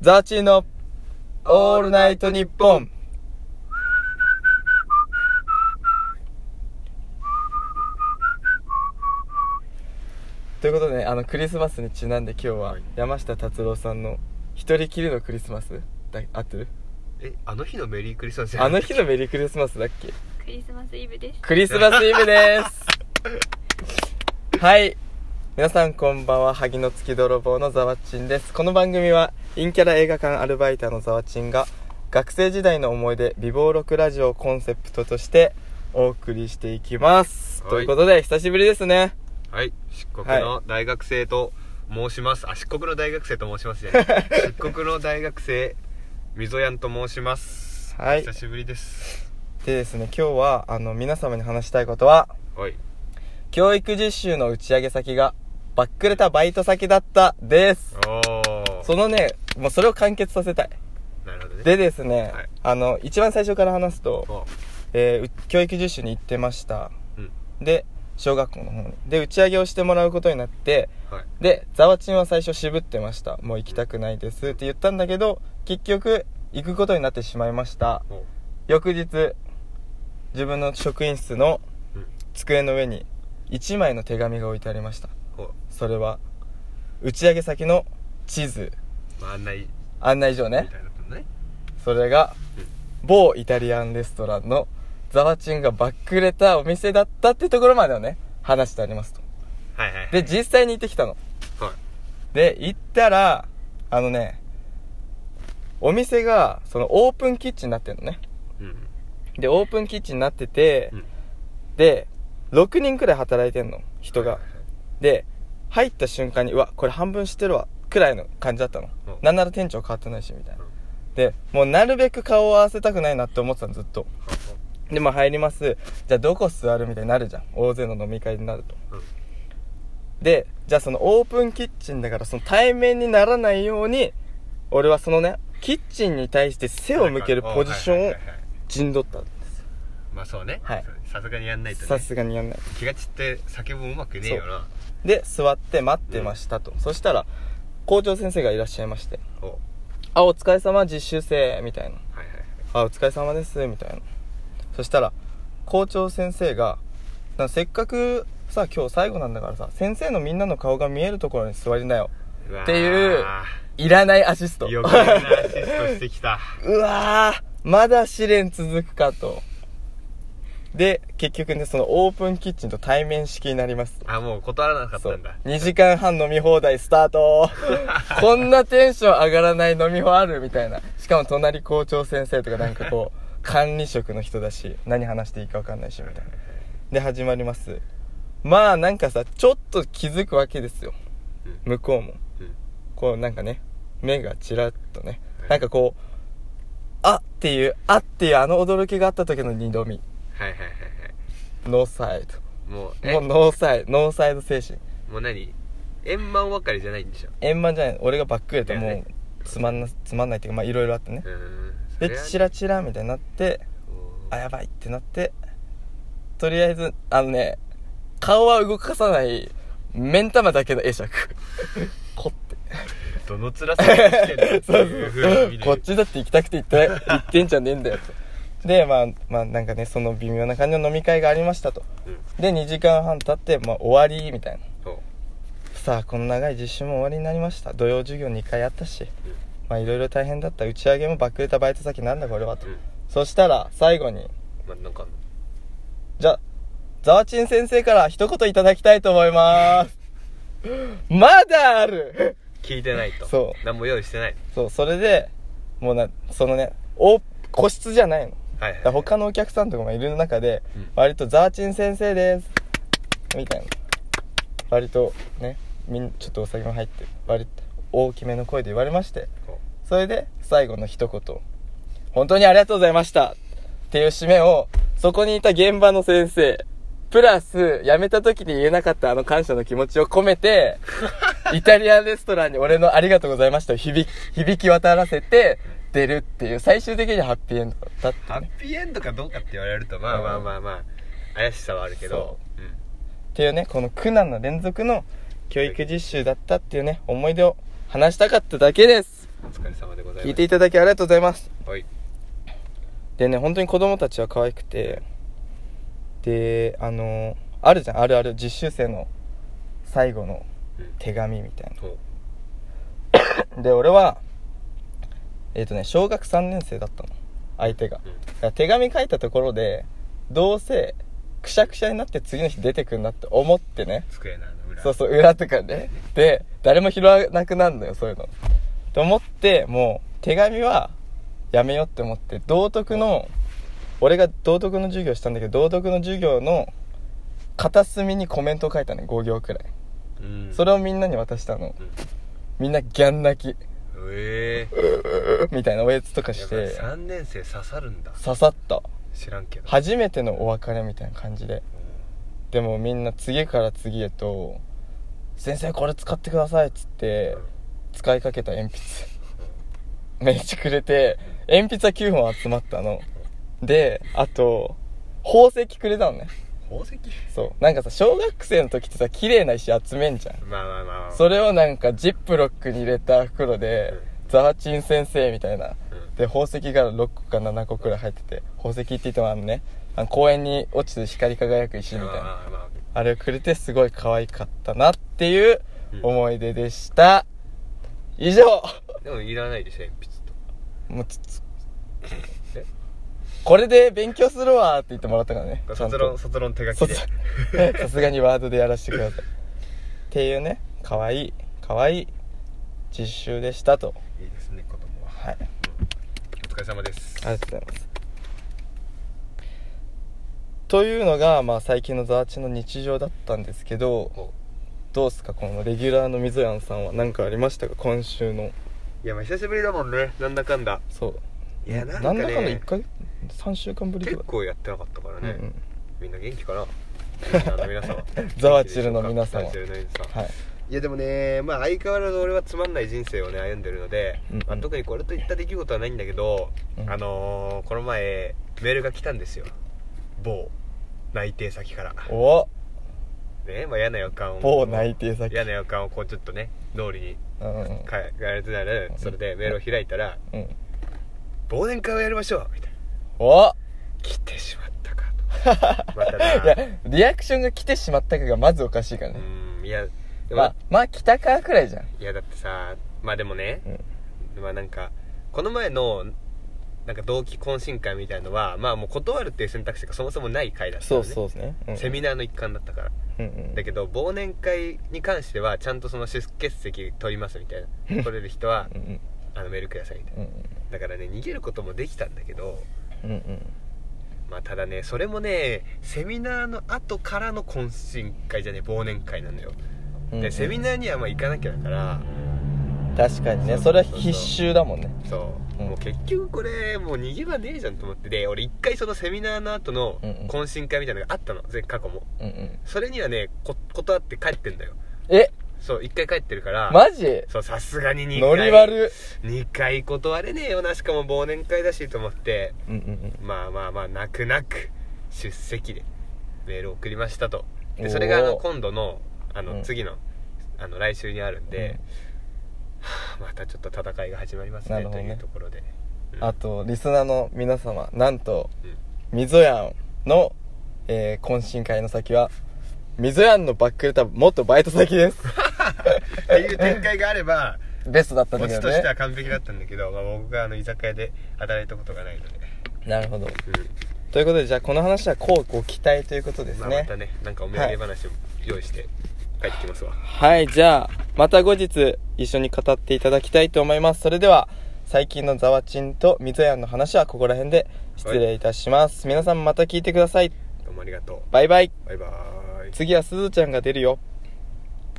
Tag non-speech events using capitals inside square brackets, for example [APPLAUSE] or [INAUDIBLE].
ザーチーのオールナイトニッポン。ということで、あのクリスマスにちなんで今日ははい山下達郎さんの一人きりのクリスマスだ合ってる？えあの日のメリークリスマスじゃあなのい日のメリークリスマスだっけ？クリスマスイブです。クリスマスイブです。はい。皆さんこんばんは、萩の月泥棒のザワチンです。この番組は、陰キャラ映画館アルバイターのザワチンが、学生時代の思い出、美貌録ラジオをコンセプトとして、お送りしていきます。はいということで、久しぶりですね。はい漆黒の大学生と申します、あ漆黒の大学生と申しますじゃない [LAUGHS] 漆黒の大学生みぞやんと申しますはい久しぶりですでですね、今日は、あの、皆様に話したいことは、はい教育実習の打ち上げ先が、バックレたバイト先だった、です。おおそのね、もうそれを完結させたい。なるほどねでですね、はいあの一番最初から話すと、おえーう教育実習に行ってましたうんで小学校の方にで打ち上げをしてもらうことになってはいでざわちんは最初渋ってましたもう行きたくないですって言ったんだけど結局行くことになってしまいましたお翌日自分の職員室のうん机の上に1枚の手紙が置いてありましたおそれは打ち上げ先の地図まあ案内み案内所たねいなことねそれがうん某イタリアンレストランのザワチンがバックレたお店だったってところまではね話してありますとはいはいはいで実際に行ってきたのはいで行ったらあのねお店がそのオープンキッチンになってんのねうんでオープンキッチンになってて、うんで6人くらい働いてんの人が、はいはいはいで入った瞬間にうわこれ半分知ってるわくらいの感じだったの、うんなんなら店長変わってないしみたいな、うんでもうなるべく顔を合わせたくないなって思ってたのずっとでまあ入りますじゃあどこ座るみたいになるじゃん大勢の飲み会になるとうんでじゃあそのオープンキッチンだからその対面にならないように俺はそのねキッチンに対して背を向けるポジションをはいはいはいはい陣取ったんですまあそうねはいさすがにやんないとねさすがにやんない気が散って酒もうまくねえよなで座って待ってましたと、そしたら校長先生がいらっしゃいましてお「あお疲れ様実習生」みたいなはいはい「あお疲れ様です」みたいなそしたら校長先生がなせっかくさ今日最後なんだからさ先生のみんなの顔が見えるところに座りなようわーっていういらないアシスト余計なアシストしてきた [LAUGHS] [LAUGHS] うわーまだ試練続くかとで結局ねそのオープンキッチンと対面式になりますあもう断らなかったんだ2時間半飲み放題スタート [LAUGHS] こんなテンション上がらない飲み放あるみたいなしかも隣校長先生とかなんかこう [LAUGHS] 管理職の人だし何話していいか分かんないしみたいなで始まりますまあなんかさちょっと気づくわけですようん向こうもうんこうなんかね目がちらっとねはいなんかこうあっていうあっていうあの驚きがあった時の二度見はいはいはいはノーサイいもうドえもうノーサイドノーサイド精神もう何円満別れじゃないんでしょ円満じゃない俺がバックレとだよもねうつまんなつまんないっていうかまあいろいろあってねうーんそでれはチラチラみたいになってもうあやばいってなってとりあえずあのね顔は動かさない目ん玉だけの会 [LAUGHS] 釈こってどの面さがしてんのって [LAUGHS] そういうふそう [LAUGHS] に見こっれるちだって行きたくて行って行ってんじゃねえんだよとでまあまあなんかねその微妙な感じの飲み会がありましたとうんで2時間半経って、まあ、終わりみたいなそさあこの長い実習も終わりになりました土曜授業2回あったしうんまあいろいろ大変だった打ち上げもバックレたバイト先なんだこれはと、ううんそしたら最後にまあなんかじゃあザワチン先生から一言いただきたいと思います [LAUGHS] まだある聞いてないとそう何も用意してないそうそれでもうなそのねお個室じゃないのはいだからはい他のお客さんとかもいる中で、うん割と「ザーチン先生です」みたいな割とねみんちょっとお酒も入って割と大きめの声で言われましてこそれで最後の一言「本当にありがとうございました」っていう締めをそこにいた現場の先生プラス辞めた時に言えなかったあの感謝の気持ちを込めてイタリアンレストランに俺の「ありがとうございました」を響き響き渡らせて出るっていう最終的にハッピーエンドだったってうハッピーエンドかどうかって言われるとまあまあまあまあ怪しさはあるけどうんっていうねこの苦難の連続の教育実習だったっていうね思い出を話したかっただけですお疲れ様でございます聞いていただきありがとうございますはいでね本当に子供たちは可愛くてであのあるじゃんあるある実習生の最後のうん手紙みたいほなで俺はえっ、とね小学3年生だったの相手がううんだから手紙書いたところでどうせくしゃくしゃになって次の日出てくんなって思ってね机のあの裏そうそう裏とかねで誰も拾わなくなるのよそういうのと思ってもう手紙はやめようって思って道徳の俺が道徳の授業したんだけど道徳の授業の片隅にコメントを書いたね5行くらいうんそれをみんなに渡したのうんみんなギャン泣きええみたいなおやつとかしやってぱ3年生刺さるんだ刺さった知らんけど初めてのお別れみたいな感じででもみんな次から次へと「先生これ使ってください」っつって使いかけた鉛筆 [LAUGHS] めっちゃくれて鉛筆は9本集まったのであと宝石くれたのね宝石そうなんかさ小学生の時ってさ綺麗な石集めんじゃんまあまあまあまあそれをなんかジップロックに入れた袋でザワチン先生みたいなうんで宝石が6個か7個くらい入ってて宝石って言ってもあのねあの公園に落ちて光り輝く石みたいなまあまあまあれをくれてすごい可愛かったなっていううん思い出でした。以上あでもいらないでしょ鉛筆ともうちょっとえこれで勉強するわって言ってもらったからね。ちゃん卒論と。卒論手そ書うきで [LAUGHS] そうさすがにワードでやらせてください。っていうね、可愛い、可愛い実習でしたと。いいですね子供ははい。お疲れ様ですありがとうございます。というのが、まあ最近のザワチの日常だったんですけど、おどうですかこのレギュラーのみぞやんさんは何かありましたか今週のいやまあ久しぶりだもんねなんだかんだそういやななんかんだかんだ1ね回3週間ぶりと結か構やってなかったからうんうねんみんな元 [LAUGHS] 気かなリスナーの皆様ざわちるの皆様ざわちるの皆様はいいやでもね、まあ、相変わらず俺はつまんない人生をね歩んでるので、うんうんまあ、特にこれといった出来事はないんだけど、うんあのーこの前メールが来たんですよ某内定先からおねまあ、嫌な予感を某内定先嫌な予感をこうちょっとね脳裏にうんうん変えられてなるそれでメールを開いたらうん「忘年会をやりましょう」みたいなお来てしまったか [LAUGHS] とまたないやリアクションが来てしまったかがまずおかしいからうねんいやでも、まあまあ来たかくらいじゃんいやだってさまあでもね、うんまあなんかこの前のなんか同期懇親会みたいのはまあもう断るっていう選択肢がそもそもない会だったそのうねそうですねうんセミナーの一環だったから、うんうんだけど忘年会に関してはちゃんとその出席取りますみたい [LAUGHS] な取れる人はうんうんあのメールくださいみたいうんなだからね逃げることもできたんだけどうんうんまあただねそれもねセミナーの後からの懇親会じゃね忘年会なのよ、うんうでんセミナーにはまあ行かなきゃだから確かにねそれは必修だもんねそう、うんもう結局これもう逃げ場ねえじゃんと思ってで俺一回そのセミナーの後のうんうん懇親会みたいなのがあったの前過去もうんうんそれにはねこ断って帰ってんだよえそう一回帰ってるからマジそうさすがに2回ノリ悪2回断れねえよなしかも忘年会だしと思ってうんうんうんまあまあまあ泣く泣く出席でメールを送りましたとおーでそれがあの今度のあうんの次の,、あの来週にあるんで、はあまたちょっと戦いが始まりますなねるほとどねいうところで、うんあとリスナーの皆様なんとうんみぞやんの、えー懇親会の先はみぞやんのバックレタ元バイト先ですっていう展開があればベストだったんオだけチどとしてはね完璧だったんだけど、まあ、僕があの居酒屋で働いたことがないので、なるほどうということでじゃあこの話はこうご期待ということでんすまあ、ねまたねなんかお土産話を用意して帰ってきますわ、はいじゃあまた後日一緒に語っていただきたいと思いますそれでは最近のざわちんとみぞやんの話はここら辺で失礼いたします、皆さんまた聞いてくださいどうもありがとバイバイうバイバーイ次はすずちゃんが出るよ